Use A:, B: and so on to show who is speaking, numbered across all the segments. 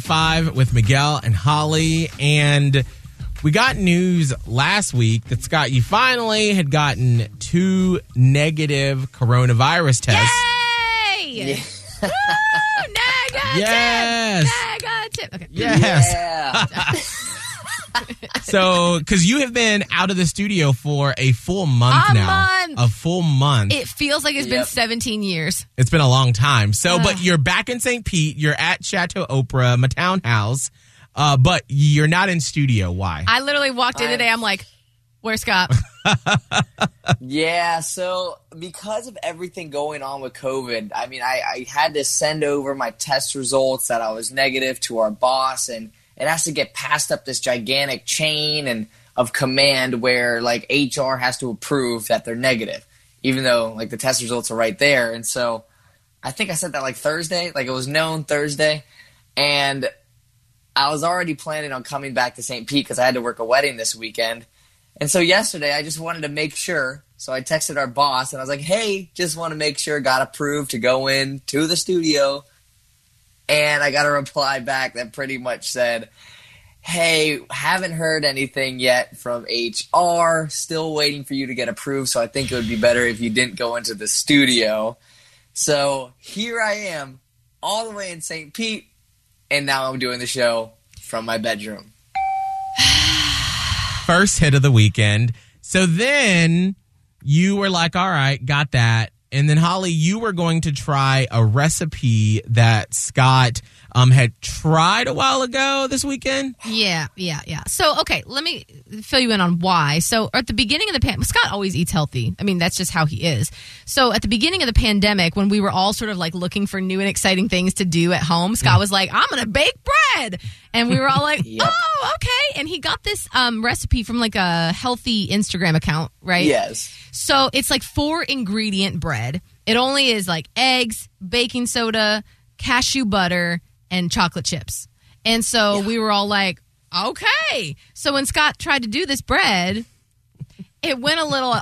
A: Five with Miguel and Holly. And we got news last week that Scott, you finally had gotten two negative coronavirus tests.
B: Yay! Woo! Negative!
A: Yes.
B: Negative! Okay.
A: Yes.
C: Yeah.
A: So, because you have been out of the studio for a full month
B: A
A: now.
B: month.
A: A full month.
B: It feels like it's been
C: Yep.
B: 17 years.
A: It's been a long time. So, but
B: Ugh.
A: you're back in St. Pete. You're at Chateau Oprah, my townhouse. Uh, but you're not in studio. Why?
B: I literally walked in today. I'm like, where's Scott?
C: yeah. So because of everything going on with COVID, I mean, I, I had to send over my test results that I was negative to our boss, and it has to get passed up this gigantic chain and of command where like HR has to approve that they're negative, even though like the test results are right there. And so I think I said that like Thursday, like it was known Thursday, and I was already planning on coming back to St. Pete because I had to work a wedding this weekend. And so yesterday, I just wanted to make sure. So I texted our boss and I was like, hey, just want to make sure, got approved to go in to the studio. And I got a reply back that pretty much said, hey, haven't heard anything yet from HR, still waiting for you to get approved. So I think it would be better if you didn't go into the studio. So here I am, all the way in St. Pete, and now I'm doing the show from my bedroom.
A: First hit of the weekend. So then you were like, all right, got that. And then, Holly, you were going to try a recipe that Scott um, had tried a while ago this weekend.
B: yeah, yeah, yeah. So, okay, let me fill you in on why. So, at the beginning of the pandemic, Scott always eats healthy. I mean, that's just how he is. So, at the beginning of the pandemic, when we were all sort of like looking for new and exciting things to do at home, Scott was like, I'm going to bake bread. And we were all like,
C: Mm. Yep.
B: oh, okay. And he got this um, recipe from like a healthy Instagram account, right?
C: Yes.
B: So it's like four ingredient bread. It only is like eggs, baking soda, cashew butter, and chocolate chips. And so we were all like, okay. So when Scott tried to do this bread, it went a little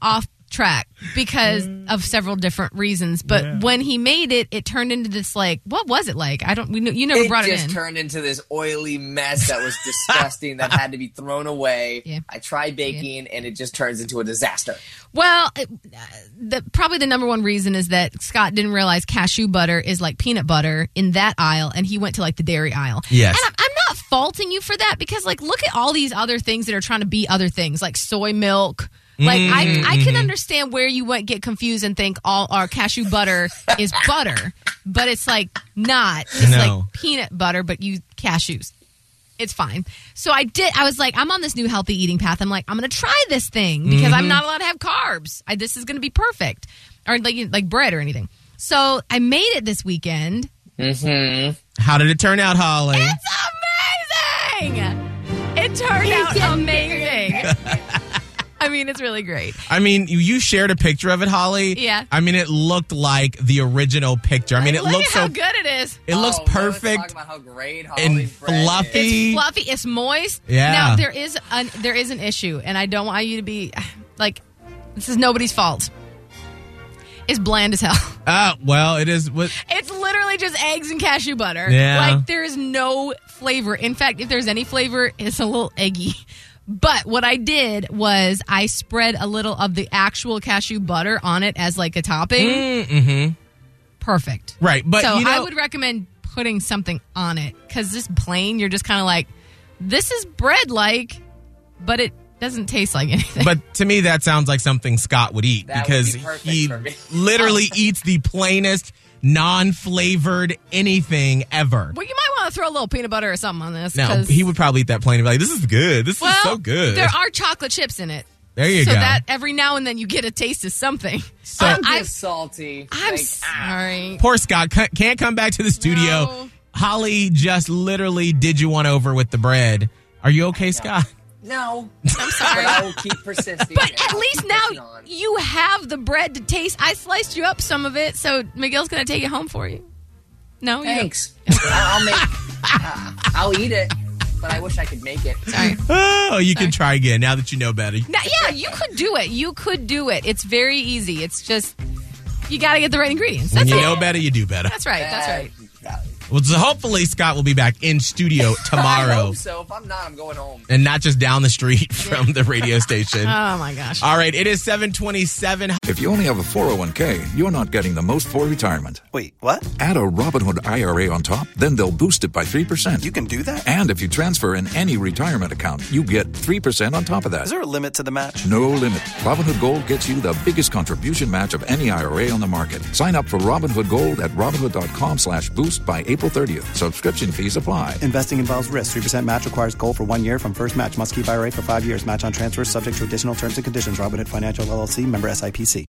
B: off track because of several different reasons. But when he made it, it turned into this like, what was it like? I don't, we, kn- you never
C: It
B: brought
C: just
B: it in.
C: turned into this oily mess that was disgusting that had to be thrown away.
B: Yeah.
C: I tried baking and it just turns into a disaster.
B: Well, it, uh, the, probably the number one reason is that Scott didn't realize cashew butter is like peanut butter in that aisle, and he went to like the dairy aisle.
A: Yes.
B: And I'm, I'm not faulting you for that because, like, look at all these other things that are trying to be other things, like soy milk. Like, I, I can understand where you would get confused and think all our cashew butter is butter, but it's like not. It's
A: No.
B: like peanut butter, but you cashews it's fine. So I did. I was like, I'm on this new healthy eating path. I'm like, I'm going to try this thing because
A: Mm-hmm.
B: I'm not allowed to have carbs. I, this is going to be perfect, or like like bread or anything. So I made it this weekend.
A: How did it turn out, Holly?
B: It's amazing. It turned out amazing. I mean, it's really great.
A: I mean, you- you shared a picture of it, Holly.
B: Yeah.
A: I mean, it looked like the original picture. I mean, it
B: Look
A: looks
B: at how
A: so.
B: good it is.
A: It looks
C: Oh, we were Talking
A: perfect
C: about how great Holly
A: and
C: Bread is.
A: fluffy.
B: fluffy. It's moist.
A: Yeah.
B: Now there is an there is an issue, and I don't want you to be like, this is nobody's fault. It's bland as hell.
A: Ah, well, it is. What,
B: It's literally just eggs and cashew butter.
A: Yeah.
B: Like there is no flavor. In fact, if there's any flavor, it's a little eggy. But what I did was I spread a little of the actual cashew butter on it as like a topping.
A: Mm,
B: Mm-hmm. Perfect.
A: right, but
B: so
A: you know,
B: I would recommend putting something on it because this plain, you're just kind of like, this is bread like, but it doesn't taste like anything.
A: but to me, that sounds like something Scott would eat
C: That would
A: because
C: be perfect
A: he
C: for me.
A: literally eats the plainest, non-flavored anything ever.
B: well, you might want to throw a little peanut butter or something on this.
A: Now
B: 'cause-
A: he would probably eat that plain and be like, "This is good. This
B: well,
A: is so good."
B: There are chocolate chips in it.
A: there you
B: so
A: go.
B: that every now and then you get a taste of something.
A: so
B: I'm-
C: I'm
B: I've-
C: just salty.
B: I'm
C: Like, ah.
B: sorry.
A: poor Scott ca- can't come back to the studio
B: No.
A: Holly just literally did you one over with the bread. Are you okay, Scott?
C: No,
B: I'm
C: but
B: sorry.
C: I will keep persisting.
B: But
C: and I'll
B: at
C: keep
B: least
C: pushing
B: now
C: on.
B: you have the bread to taste. I sliced you up some of it, so Miguel's going to take it home for you. No, you-
C: Thanks. I'll make. uh, I'll eat it, but I wish I could make it.
B: Sorry.
A: Oh, you can try again now that you know better.
B: Now, yeah, you could do it. You could do it. It's very easy. It's just you got to get the right ingredients.
A: When
B: That's
A: you
B: all.
A: know better, you do better.
B: That's right. That's right.
C: Uh,
A: Well, so hopefully Scott will be back in studio
C: I
A: tomorrow
C: hope so. If I'm not, I'm going home.
A: and not just down the street from the radio station.
B: Oh my gosh.
A: All right, it is 727.
D: If you only have a 401k, you're not getting the most for retirement.
E: Wait, what?
D: Add a Robinhood IRA on top, then they'll boost it by 3%.
E: You can do that?
D: and if you transfer in any retirement account, you get 3% on top of that.
E: Is there a limit to the match?
D: No limit. Robinhood Gold gets you the biggest contribution match of any IRA on the market. Sign up for Robinhood Gold at Robinhood.com slash boost by April 30th. Subscription fees apply.
E: Investing involves risk. 3% match requires gold for one year from first match. Must keep IRA for five years. Match on transfers subject to additional terms and conditions. Robinhood Financial LLC member SIPC.